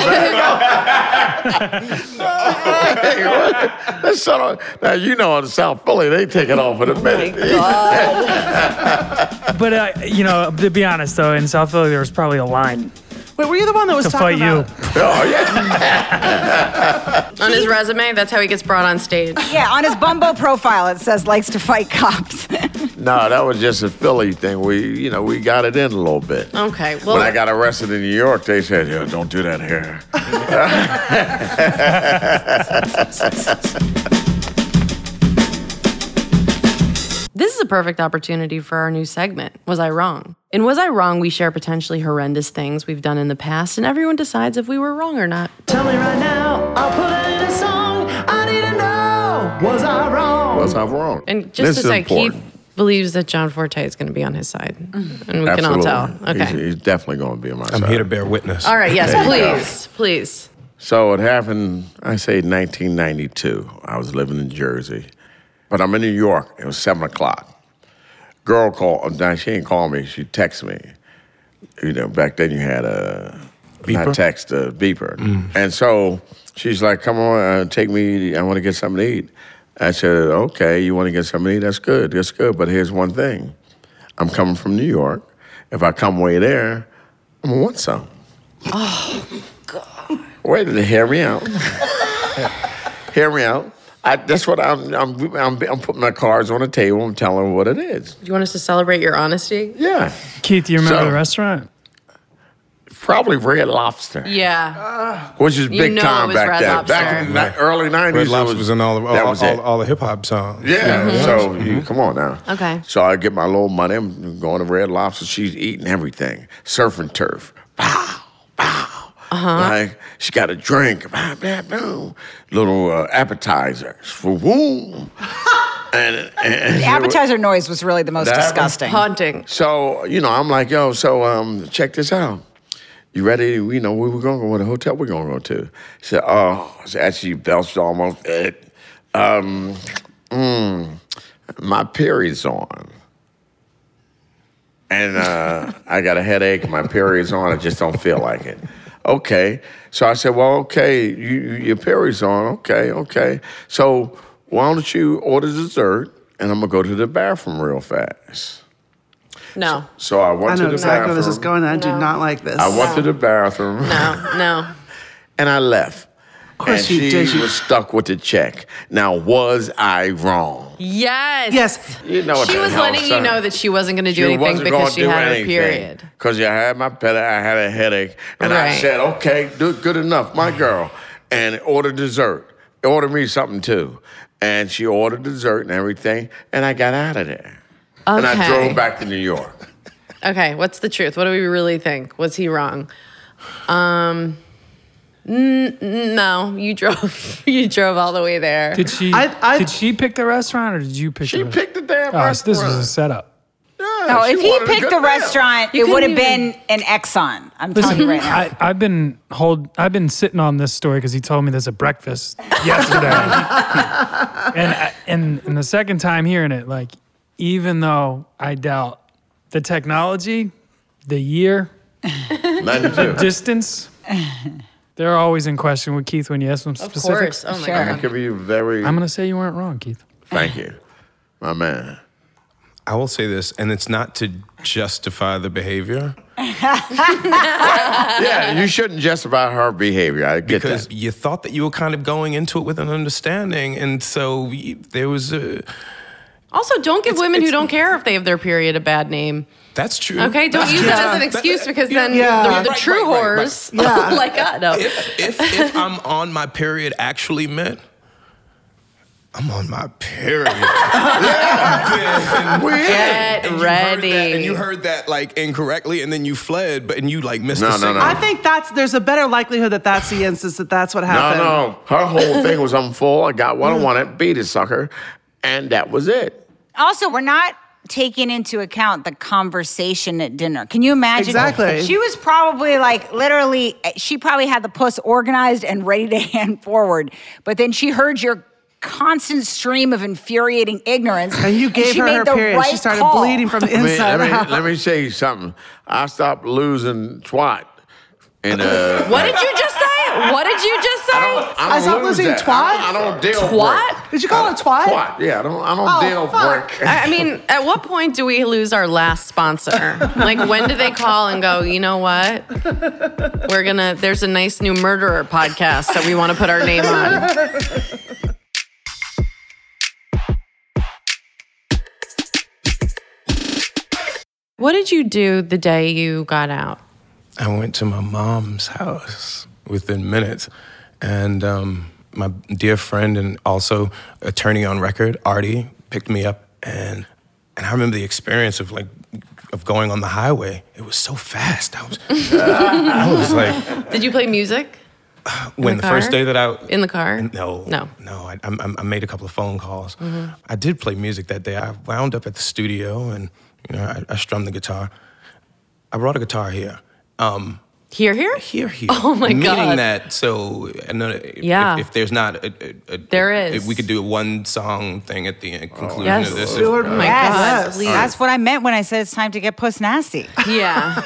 Speaker 4: badge off. hey, what? That's so, now you know in South Philly they take it off in a minute.
Speaker 6: But uh, you know, to be honest though, in South Philly there was probably a line
Speaker 2: Wait, were you the one that was
Speaker 6: to
Speaker 2: talking
Speaker 6: fight you.
Speaker 2: about?
Speaker 4: oh yeah.
Speaker 1: on his resume, that's how he gets brought on stage.
Speaker 3: yeah, on his Bumbo profile it says likes to fight cops.
Speaker 4: No, that was just a Philly thing. We, you know, we got it in a little bit.
Speaker 1: Okay. Well,
Speaker 4: when I got arrested in New York, they said, "Yeah, don't do that here."
Speaker 5: This is a perfect opportunity for our new segment, Was I Wrong? In Was I Wrong, we share potentially horrendous things we've done in the past, and everyone decides if we were wrong or not.
Speaker 2: Tell me right now, I'll put it in a song. I need to know, was I wrong?
Speaker 4: What's I wrong?
Speaker 1: and just
Speaker 4: This
Speaker 1: to
Speaker 4: is
Speaker 1: say,
Speaker 4: important.
Speaker 1: Keith believes that John Forte is going to be on his side, and we
Speaker 4: Absolutely.
Speaker 1: can all tell. Okay.
Speaker 4: He's, he's definitely going to be on my
Speaker 7: I'm
Speaker 4: side.
Speaker 7: here to bear witness.
Speaker 1: all right. Yes.
Speaker 4: There you go.
Speaker 1: Please. Please.
Speaker 4: So it happened, I say 1992. I was living in Jersey, but I'm in New York. It was seven o'clock. Girl called, now she didn't call me, she texted me. You know, back then you had a
Speaker 7: Beeper?
Speaker 4: not text, a beeper. And so she's like, come on, uh, take me, I want to get something to eat. I said, okay, you want to get something to eat? That's good, that's good. But here's one thing I'm coming from New York. If I come way there, I'm going to want some. Wait a minute, hear me out. hear me out. I, that's what I'm, I'm, I'm. I'm putting my cards on the table. I'm telling her what it is.
Speaker 1: Do you want us to celebrate your honesty?
Speaker 4: Yeah,
Speaker 6: Keith, do you remember
Speaker 4: So-
Speaker 6: the restaurant?
Speaker 4: probably Red Lobster,
Speaker 1: Yeah.
Speaker 4: which is big
Speaker 1: know it
Speaker 4: time
Speaker 1: was
Speaker 4: back
Speaker 1: Red
Speaker 4: then.
Speaker 1: Lobster.
Speaker 4: Back in the ni- early '90s,
Speaker 7: Red
Speaker 4: it
Speaker 7: Lobster was in all the all,
Speaker 4: that was
Speaker 7: all,
Speaker 4: it.
Speaker 7: all the hip hop songs.
Speaker 4: Yeah. Mm-hmm. So you, come on now.
Speaker 5: Okay.
Speaker 4: So I get my little money. I'm going to Red Lobster. She's eating everything. Surf and turf. Pow, pow. Uh-huh. Like she got a drink. Bah, bah, boom. Little uh, appetizer. Swoom. and, and
Speaker 3: The appetizer noise was Oh, really the most
Speaker 4: That was-
Speaker 3: disgusting.
Speaker 1: Haunting.
Speaker 4: so you know, I'm like, yo, so um, check this out. You ready? You know, where we're gonna go? What a hotel we're gonna go to? She said, oh, so actually, belched almost it. Um, mm, my period's on, and uh, I got a headache. My period's on. I just don't feel like it. Okay, so I said, well, okay, you, you, your period's on. Okay, okay. So why don't you order dessert, and I'm gonna go to the bathroom real fast.
Speaker 1: No.
Speaker 4: So I went
Speaker 2: I
Speaker 4: to
Speaker 2: know
Speaker 4: the
Speaker 2: exactly where
Speaker 4: bathroom.
Speaker 2: this is going. I do not like this.
Speaker 4: I went to the bathroom
Speaker 1: No. No.
Speaker 4: and I left. Of
Speaker 2: course
Speaker 4: and
Speaker 2: you
Speaker 4: she
Speaker 2: did. You-
Speaker 4: was stuck with the check. Now, was I wrong?
Speaker 1: Yes.
Speaker 2: yes,
Speaker 4: You know what
Speaker 1: She
Speaker 4: the
Speaker 1: was
Speaker 4: hell,
Speaker 1: letting
Speaker 4: sir.
Speaker 1: you know that she wasn't going to do anything because she had her period.
Speaker 4: Because I had my pet, I had a headache, and I
Speaker 1: Right.
Speaker 4: said, "Okay, do good enough, my girl," and order dessert. Order me something too, and she ordered dessert and everything, and I got out of there. And I
Speaker 1: Okay.
Speaker 4: drove back to New York.
Speaker 1: Okay, what's the truth? What do we really think? Was he wrong? Um, n- no, you drove. You drove all the way there.
Speaker 6: Did she?
Speaker 2: I- I-
Speaker 6: did she pick the restaurant, or did you pick?
Speaker 4: She
Speaker 6: the
Speaker 4: picked the damn
Speaker 6: Oh, so this was a
Speaker 4: restaurant.
Speaker 6: setup.
Speaker 4: Yeah,
Speaker 3: No,
Speaker 1: Oh,
Speaker 4: she
Speaker 3: if he
Speaker 4: wanted
Speaker 3: picked
Speaker 4: good
Speaker 3: the
Speaker 4: meal.
Speaker 3: restaurant, it
Speaker 1: couldn't
Speaker 3: would have
Speaker 1: even-
Speaker 3: been an Exxon. I'm telling you right now.
Speaker 6: I, I've been hold. I've been sitting on this story because he told me this at breakfast yesterday, and, I, and and the second time hearing it, like even though I doubt the technology, the year,
Speaker 4: 92.
Speaker 6: distance, they're always in question with Keith when you ask them
Speaker 1: of
Speaker 6: specifics.
Speaker 1: course. Oh my
Speaker 3: Sure.
Speaker 4: I'm
Speaker 1: god.
Speaker 4: giving you very.
Speaker 6: I'm gonna say you weren't wrong, Keith.
Speaker 4: thank you, my man.
Speaker 7: I will say this, and it's not to justify the behavior
Speaker 4: Yeah, you shouldn't justify her behavior. I get
Speaker 7: because
Speaker 4: that.
Speaker 7: you thought that you were kind of going into it with an understanding, and so y there was a.
Speaker 1: Also, don't give women who
Speaker 7: it's-
Speaker 1: don't care if they have their period a bad name.
Speaker 7: That's true.
Speaker 1: Okay, don't use it as an excuse because then
Speaker 2: Yeah.
Speaker 1: they're the
Speaker 7: Right,
Speaker 1: true
Speaker 7: right, right, right.
Speaker 1: whores. Oh like I know.
Speaker 7: If, if, if I'm on my period actually meant, I'm on my period. yeah. Then-
Speaker 1: Get
Speaker 7: and you heard
Speaker 1: ready.
Speaker 7: that- and you heard that like incorrectly, and then you fled, but and you like missed
Speaker 4: No,
Speaker 7: the
Speaker 4: no,
Speaker 7: signal.
Speaker 4: no.
Speaker 2: I think that's there's a better likelihood that that's the instance that that's what
Speaker 4: No,
Speaker 2: happened.
Speaker 4: no. Her whole thing was I'm full. I got what I wanted, beat a sucker, and that was it.
Speaker 3: Also, we're not taking into account the conversation at dinner. Can you imagine?
Speaker 2: Exactly.
Speaker 3: She was probably like literally, she probably had the puss organized and ready to hand forward, but then she heard your constant stream of infuriating ignorance.
Speaker 2: And you gave
Speaker 3: she
Speaker 2: her
Speaker 3: made
Speaker 2: her
Speaker 3: the
Speaker 2: period.
Speaker 3: right
Speaker 2: she started
Speaker 3: call.
Speaker 2: bleeding from the
Speaker 4: I mean,
Speaker 2: inside
Speaker 4: let, me,
Speaker 2: out.
Speaker 4: let me tell you something. I stopped losing twat. And uh,
Speaker 1: What did you just say? What did you just say?
Speaker 4: I,
Speaker 2: I stopped
Speaker 4: lose
Speaker 2: losing
Speaker 4: that. I don't, I don't deal
Speaker 1: Twat?
Speaker 4: Work.
Speaker 2: Did you call it twat?
Speaker 4: Twat. Yeah, I don't. I don't
Speaker 2: Oh,
Speaker 4: deal
Speaker 2: fuck.
Speaker 4: work.
Speaker 1: I I mean, at what point do we lose our last sponsor? Like, when do they call and go, you know what? We're gonna, there's a nice new murderer podcast that we wanna put our name on. What did you do the day you got out?
Speaker 7: I went to my mom's house within minutes, and um, my dear friend and also attorney on record, Artie, picked me up, and and I remember the experience of like of going on the highway. It was so fast. I was, I was like,
Speaker 1: Did you play music
Speaker 7: when
Speaker 1: the
Speaker 7: the, first
Speaker 1: car?
Speaker 7: day that I
Speaker 1: in the car?
Speaker 7: no,
Speaker 1: No. Mm-hmm.
Speaker 7: no. I, I, I made a couple of phone calls. I did play music that day. I wound up at the studio, and you know, I, I strummed the guitar. I brought a guitar here. Um,
Speaker 1: Here, here?
Speaker 7: here, here.
Speaker 1: Oh my
Speaker 7: Meaning
Speaker 1: God.
Speaker 7: that, so another, if,
Speaker 1: Yeah.
Speaker 7: if, if there's not, a, a, a,
Speaker 1: There is.
Speaker 7: if we could do a one song thing at the end, conclusion
Speaker 1: Yes.
Speaker 7: of this.
Speaker 2: Lord,
Speaker 7: if,
Speaker 1: my
Speaker 3: Yes,
Speaker 1: God, please.
Speaker 3: that's what I meant when I said it's time to get puss nasty.
Speaker 1: Yeah.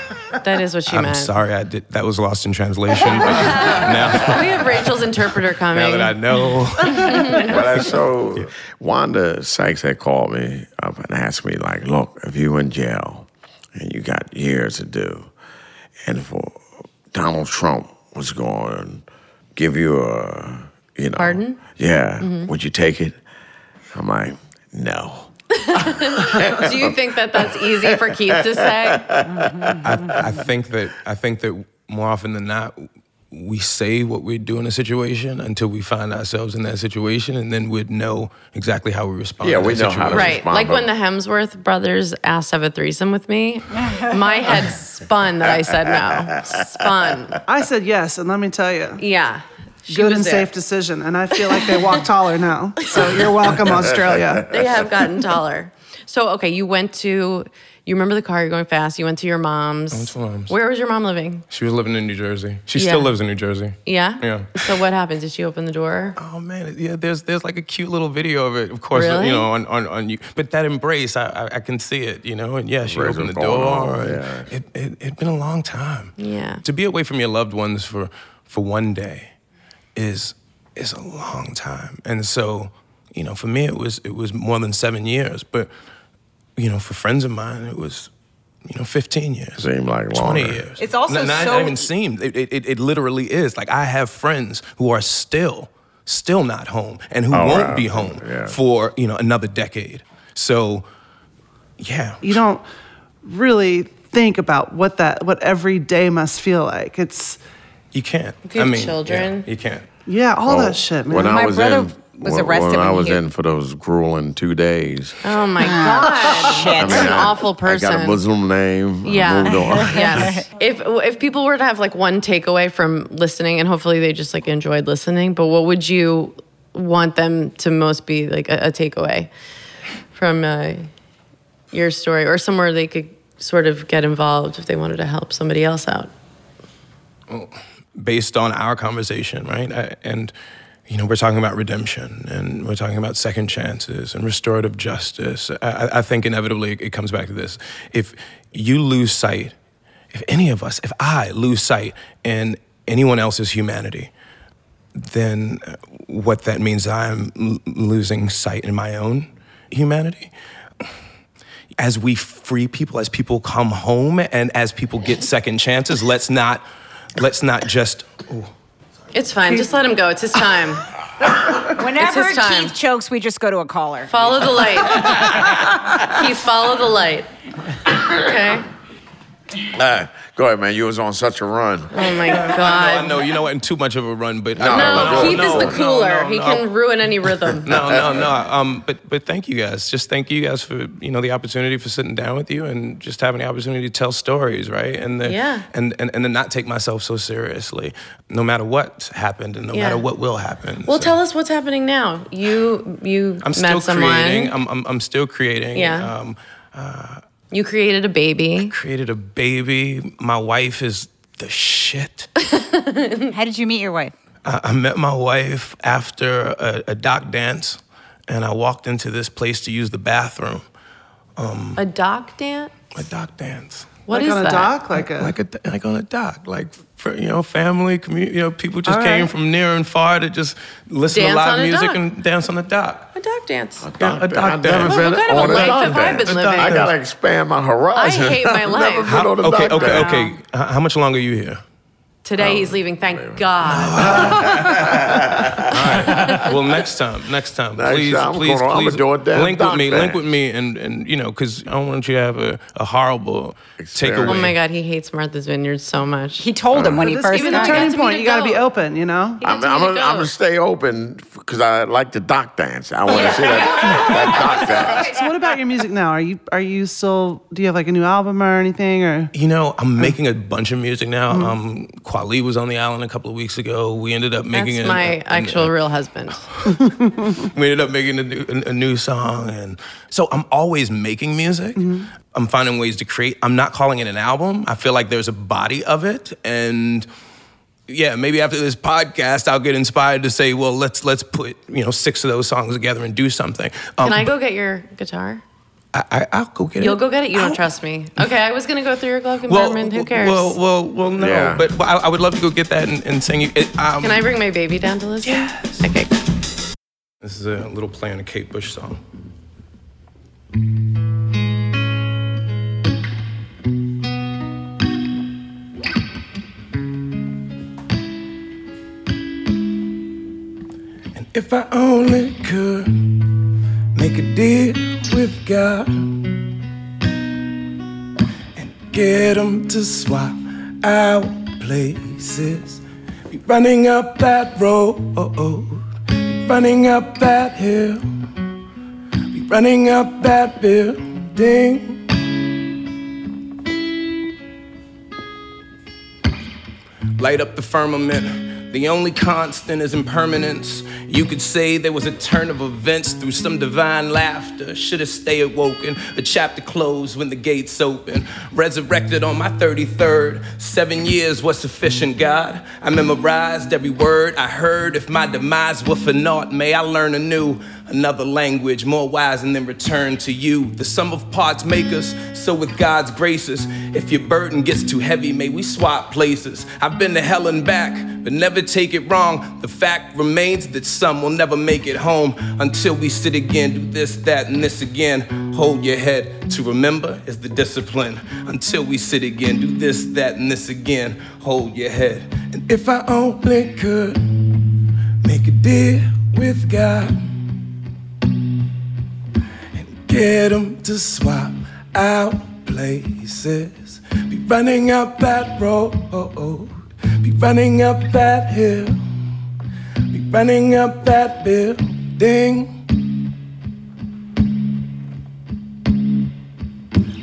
Speaker 1: That is what she
Speaker 7: I'm
Speaker 1: meant.
Speaker 7: sorry, I did. That was lost in translation. But now,
Speaker 1: We have Rachel's interpreter coming.
Speaker 7: now that I know,
Speaker 4: Well, that's so. Wanda Sykes had called me up and asked me, like, look, if you in jail and you got years to do, and for Donald Trump was going to give you a, you know,
Speaker 1: Pardon?
Speaker 4: Yeah, would you take it? I'm like, no.
Speaker 1: Do you think that that's easy for Keith to say?
Speaker 7: I think that I think that more often than not, we say what we do in a situation until we find ourselves in that situation, and then we'd know exactly how we respond.
Speaker 4: Yeah,
Speaker 7: to
Speaker 4: we
Speaker 7: that
Speaker 4: know how to
Speaker 7: situation.
Speaker 4: respond.
Speaker 1: Right. Like
Speaker 4: but-
Speaker 1: when the Hemsworth brothers asked to have a threesome with me, my head spun that I said no. Spun.
Speaker 2: I said yes, and let me tell you,
Speaker 1: Yeah. She
Speaker 2: good and
Speaker 1: was it.
Speaker 2: safe decision. And I feel like they walk taller now. So you're welcome, Australia.
Speaker 1: They have gotten taller. So, okay, you went to, you remember the car, you're going fast. You went to your mom's.
Speaker 7: went to my mom's.
Speaker 1: Where was your mom living?
Speaker 7: She was living in New Jersey. She
Speaker 1: Yeah.
Speaker 7: still lives in New Jersey.
Speaker 1: Yeah?
Speaker 7: Yeah.
Speaker 1: So, what happened? Did she open the door?
Speaker 7: Oh man, yeah. There's there's like a cute little video of it, of course,
Speaker 1: Really?
Speaker 7: you know, on on, on you. But that embrace, I, I I can see it, you know. And yeah, she
Speaker 4: Embrace
Speaker 7: opened the
Speaker 4: was going on,
Speaker 7: door. and
Speaker 4: yeah.
Speaker 7: It it it'd been a long time.
Speaker 1: Yeah.
Speaker 7: To be away from your loved ones for for one day, is is a long time. And so, you know, for me, it was it was more than seven years. But you know, for friends of mine, it was. You know, 15 years.
Speaker 4: Seemed like
Speaker 7: 20
Speaker 4: longer.
Speaker 7: years.
Speaker 3: It's also
Speaker 7: not, not
Speaker 3: so-
Speaker 7: even seemed. It, it, it literally is. Like I have friends who are still, still not home and who
Speaker 4: Oh,
Speaker 7: won't
Speaker 4: wow.
Speaker 7: be home
Speaker 4: Yeah.
Speaker 7: for you know another decade. So, yeah,
Speaker 2: You don't really think about what that what every day must feel like. It's
Speaker 7: you can't.
Speaker 1: Good
Speaker 7: I mean,
Speaker 1: children.
Speaker 7: yeah, you can't.
Speaker 2: yeah, all
Speaker 4: Oh,
Speaker 2: that shit, man.
Speaker 4: When I
Speaker 3: My
Speaker 4: was
Speaker 3: brother
Speaker 4: in
Speaker 3: was
Speaker 4: when,
Speaker 3: arrested
Speaker 4: when I
Speaker 3: he
Speaker 4: was
Speaker 3: hit-
Speaker 4: in for those grueling two days.
Speaker 1: Oh my god.
Speaker 3: Shit.
Speaker 1: You're an awful
Speaker 4: I got
Speaker 1: person.
Speaker 4: a Muslim name. I
Speaker 1: Yeah.
Speaker 4: moved on.
Speaker 1: yes. If if people were to have like one takeaway from listening, and hopefully they just like enjoyed listening, but what would you want them to most be like a, a takeaway from uh, your story, or somewhere they could sort of get involved if they wanted to help somebody else out?
Speaker 7: based on our conversation, right? I- And you know, we're talking about redemption, and we're talking about second chances and restorative justice. I- I, I think inevitably it comes back to this: if you lose sight, if any of us, if I lose sight in anyone else's humanity, then uh, what that means I'm l- losing sight in my own humanity as we free people, as people come home, and as people get second chances, let's not let's not just.
Speaker 1: It's fine. Just let him go. It's his time.
Speaker 3: Whenever
Speaker 1: It's his time.
Speaker 3: Keith chokes, we just go to a caller.
Speaker 1: Follow the light. Keith, follow the light. Okay.
Speaker 4: Uh, go ahead, man. You was on such a run.
Speaker 1: Oh my
Speaker 7: I
Speaker 1: god.
Speaker 7: know you know what, and too much of a run, but no,
Speaker 1: No,
Speaker 4: No,
Speaker 1: Keith is
Speaker 4: no,
Speaker 1: the cooler.
Speaker 7: no, no,
Speaker 1: he
Speaker 7: no.
Speaker 1: can ruin any rhythm.
Speaker 7: No, no, no. Um, but but thank you guys. Just thank you guys for you know the opportunity for sitting down with you and just having the opportunity to tell stories, right? And the,
Speaker 1: Yeah.
Speaker 7: and and and to not take myself so seriously, no matter what's happened and no
Speaker 1: Yeah.
Speaker 7: matter what will happen.
Speaker 1: Well,
Speaker 7: So-
Speaker 1: tell us what's happening now. You you
Speaker 7: I'm
Speaker 1: met
Speaker 7: still
Speaker 1: someone.
Speaker 7: creating. I'm, I'm I'm still creating.
Speaker 1: Yeah.
Speaker 7: Um,
Speaker 1: you created a baby.
Speaker 7: created a baby. My wife is the shit.
Speaker 3: How did you meet your wife?
Speaker 7: I, I met my wife after a, a doc dance, and I walked into this place to use the bathroom.
Speaker 1: A doc dance.
Speaker 7: A doc dance.
Speaker 1: What is
Speaker 2: like on
Speaker 1: that?
Speaker 2: a dock, like a
Speaker 7: Like a like on a dock, like for you know family, community, you know people just
Speaker 2: All
Speaker 7: came
Speaker 2: right.
Speaker 7: from near and far to just listen
Speaker 1: Dance
Speaker 7: to live
Speaker 1: on a
Speaker 7: music
Speaker 1: dock.
Speaker 7: and dance on the dock.
Speaker 1: A doc dance.
Speaker 7: Yeah, a doc
Speaker 4: I've never
Speaker 7: dance.
Speaker 4: been
Speaker 1: What kind of
Speaker 4: on
Speaker 1: a
Speaker 4: a
Speaker 1: life
Speaker 4: dock
Speaker 1: have I been
Speaker 4: dance.
Speaker 1: living?
Speaker 4: I gotta expand my horizon.
Speaker 1: I hate my
Speaker 4: I've
Speaker 1: life.
Speaker 4: Never been
Speaker 7: How-
Speaker 4: on a
Speaker 7: okay,
Speaker 4: dock
Speaker 7: okay,
Speaker 4: dance.
Speaker 7: okay. H- How much longer are you here?
Speaker 1: Today he's leaving. Thank God.
Speaker 7: well, next time, next time,
Speaker 4: Next
Speaker 7: please,
Speaker 4: time, I'm
Speaker 7: please,
Speaker 4: gonna- I'ma
Speaker 7: please,
Speaker 4: do a damn
Speaker 7: link with me,
Speaker 4: doc
Speaker 7: link
Speaker 4: dance.
Speaker 7: with me, and and you know, because I don't want you to have a, a horrible
Speaker 4: Experience.
Speaker 7: takeaway.
Speaker 1: Oh my God, he hates Martha's Vineyard so much.
Speaker 3: He told him when he
Speaker 2: This
Speaker 3: first
Speaker 2: even
Speaker 1: got
Speaker 2: the
Speaker 1: it.
Speaker 2: turning
Speaker 1: Gets me
Speaker 2: point.
Speaker 1: to
Speaker 2: You got to be
Speaker 1: go.
Speaker 2: open, you know.
Speaker 1: He
Speaker 4: I'm,
Speaker 1: doesn't
Speaker 4: I'm,
Speaker 1: wanna
Speaker 4: gonna, I'm
Speaker 1: go.
Speaker 4: gonna stay open because I like the dock dance. I want to see that, that dock dance.
Speaker 2: So what about your music now? Are you are you still? Do you have like a new album or anything? Or
Speaker 7: You know, I'm making a bunch of music now.
Speaker 1: Mm.
Speaker 7: Um, Kwali was on the island a couple of weeks ago. We ended up making
Speaker 1: That's
Speaker 7: a- Um,
Speaker 1: my
Speaker 7: an-
Speaker 1: actual real husband.
Speaker 7: we ended up making a new, a, a new song, and so I'm always making music.
Speaker 1: Mm-hmm.
Speaker 7: I'm finding ways to create. I'm not calling it an album. I feel like there's a body of it, and yeah, maybe after this podcast, I'll get inspired to say, well, let's let's put you know six of those songs together and do something. Um,
Speaker 1: Can I go get your guitar?
Speaker 7: I, I, I'll go get it.
Speaker 1: You'll go get it. You don't
Speaker 7: I'll-
Speaker 1: trust me. Okay, I was gonna go through your glove compartment. Who cares?
Speaker 7: Oh. Well, well, well, no.
Speaker 4: Yeah.
Speaker 7: But I, I would love to go get that and, and sing you. It, um,
Speaker 1: Can I bring my baby down to listen? Yes. Okay.
Speaker 7: This is a little play on a Kate Bush song. And if I only could make a deal with God and get him to swap our places, be running up that road, be running up that hill, be running up that building. light up the firmament. The only constant is impermanence. You could say there was a turn of events through some divine laughter. Should have stayed woken, a chapter closed when the gates open. Resurrected on my 33rd. Seven years was sufficient, God. I memorized every word I heard. If my demise were for naught, may I learn anew another language, more wise, and then return to you. The sum of parts make us, so with God's graces. If your burden gets too heavy, may we swap places. I've been to hell and back, but never take it wrong. The fact remains that some will never make it home until we sit again, do this, that, and this again. Hold your head. To remember is the discipline. Until we sit again, do this, that, and this again. Hold your head. And if I only could make a deal with God get 'em to swap out places. Be running up that road, be running up that hill, be running up that building.
Speaker 9: Ding.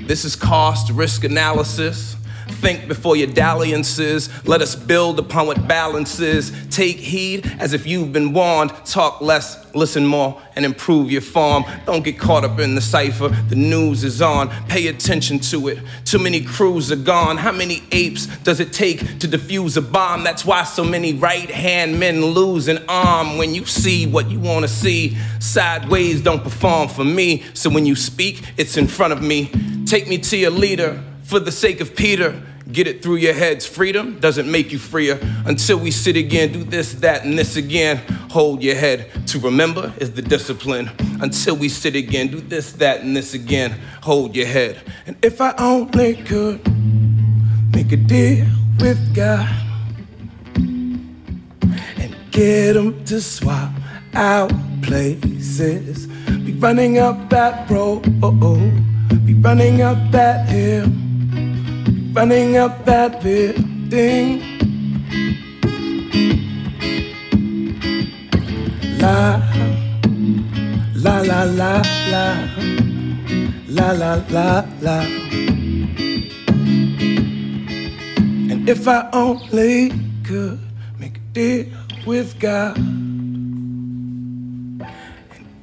Speaker 9: This is cost risk analysis. Think before your dalliances. Let us build upon what balances. Take heed as if you've been warned. Talk less, listen more, and improve your form. Don't get caught up in the cipher. The news is on. Pay attention to it. Too many crews are gone. How many apes does it take to defuse a bomb? That's why so many right hand men lose an arm when you see what you want to see. Sideways don't perform for me. So when you speak, it's in front of me. Take me to your leader for the sake of Peter. Get it through your heads. Freedom doesn't make you freer until we sit again. Do this, that, and this again. Hold your head. To remember is the discipline. Until we sit again. Do this, that, and this again. Hold your head. And if I only could make a deal with God and get him to swap out places. Be running up that road. Be running up that hill. Be running up that building. La la la la la la la la la. And if I only could make a deal with God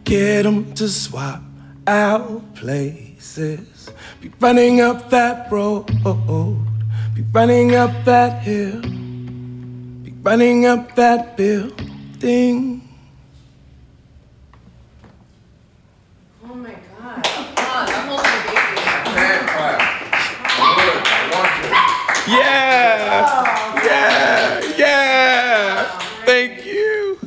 Speaker 9: get 'em to swap out places. Be running up that road, be running up that hill, be running up that building.
Speaker 1: Oh my God. I'm almost a baby.
Speaker 9: Yeah! Yeah! Yeah! Thank you.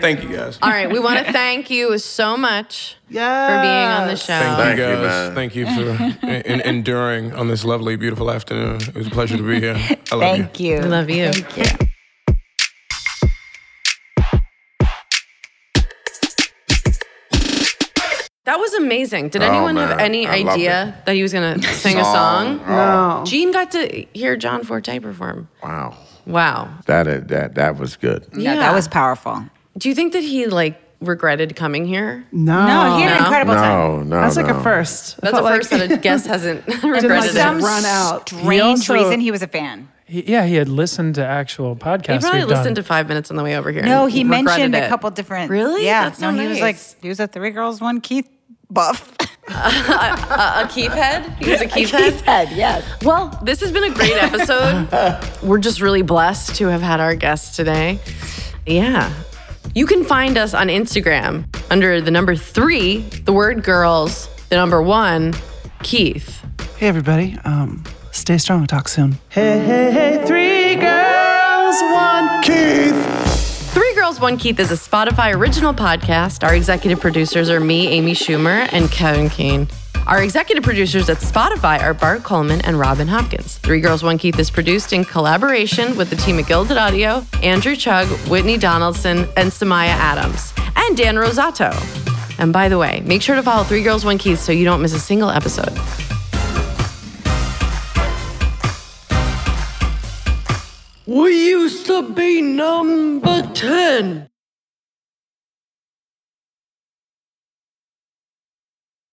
Speaker 9: Thank you guys.
Speaker 1: All right, we want to thank you so much for being on the
Speaker 2: Yes.
Speaker 1: show.
Speaker 9: Thank,
Speaker 4: Thank you,
Speaker 9: you guys.
Speaker 4: man.
Speaker 9: Thank you for en- enduring on this lovely, beautiful afternoon. It was a pleasure to be here. I love you.
Speaker 3: Thank you.
Speaker 1: I love you. That was amazing. Did
Speaker 4: Oh,
Speaker 1: anyone have
Speaker 4: man,
Speaker 1: any
Speaker 4: I loved
Speaker 1: idea that he was going to sing a
Speaker 4: Song.
Speaker 1: song?
Speaker 2: No.
Speaker 1: Gene got to hear John Forte perform.
Speaker 4: Wow.
Speaker 1: Wow.
Speaker 4: That, is- that, that was good.
Speaker 3: No, that was powerful.
Speaker 1: Do you think that he like regretted coming here?
Speaker 2: No.
Speaker 3: No, he had an
Speaker 1: No.
Speaker 3: incredible time.
Speaker 4: No, no.
Speaker 2: That's like
Speaker 4: no.
Speaker 2: a first.
Speaker 1: That's
Speaker 2: I
Speaker 1: the
Speaker 2: felt like-
Speaker 1: first that a guest hasn't
Speaker 2: like
Speaker 1: regretted
Speaker 2: some
Speaker 1: it.
Speaker 2: run out.
Speaker 3: Strange
Speaker 2: He also-
Speaker 3: reason he was a fan.
Speaker 6: He, yeah, he had listened to actual podcasts.
Speaker 1: He probably
Speaker 6: we've
Speaker 1: listened to
Speaker 6: done.
Speaker 1: five minutes on the way over here.
Speaker 3: No,
Speaker 1: and
Speaker 3: he
Speaker 1: regretted
Speaker 3: mentioned a
Speaker 1: it.
Speaker 3: couple different.
Speaker 1: Really?
Speaker 3: Yeah.
Speaker 1: That's
Speaker 3: no,
Speaker 1: so
Speaker 3: he was
Speaker 1: nice.
Speaker 3: like, he was a three girls, one Keith buff.
Speaker 1: A Keith head? He was a Keith head?
Speaker 3: Keith head, yes.
Speaker 1: Well, this has been a great episode. We're just really blessed to have had our guest today. Yeah. You can find us on Instagram under the number three, the word girls, the number one, Keith.
Speaker 2: Hey, everybody. Um, stay strong. Talk soon. Hey, hey, hey, three girls, one Keith.
Speaker 1: Three Girls, One Keith is a Spotify original podcast. Our executive producers are me, Amy Schumer, and Kevin Keane. Our executive producers at Spotify are Bart Coleman and Robin Hopkins. Three Girls, One Keith is produced in collaboration with the team at Gilded Audio, Andrew Chug, Whitney Donaldson, and Samaya Adams, and Dan Rosato. And by the way, make sure to follow Three Girls, One Keith so you don't miss a single episode. We used to be number 10.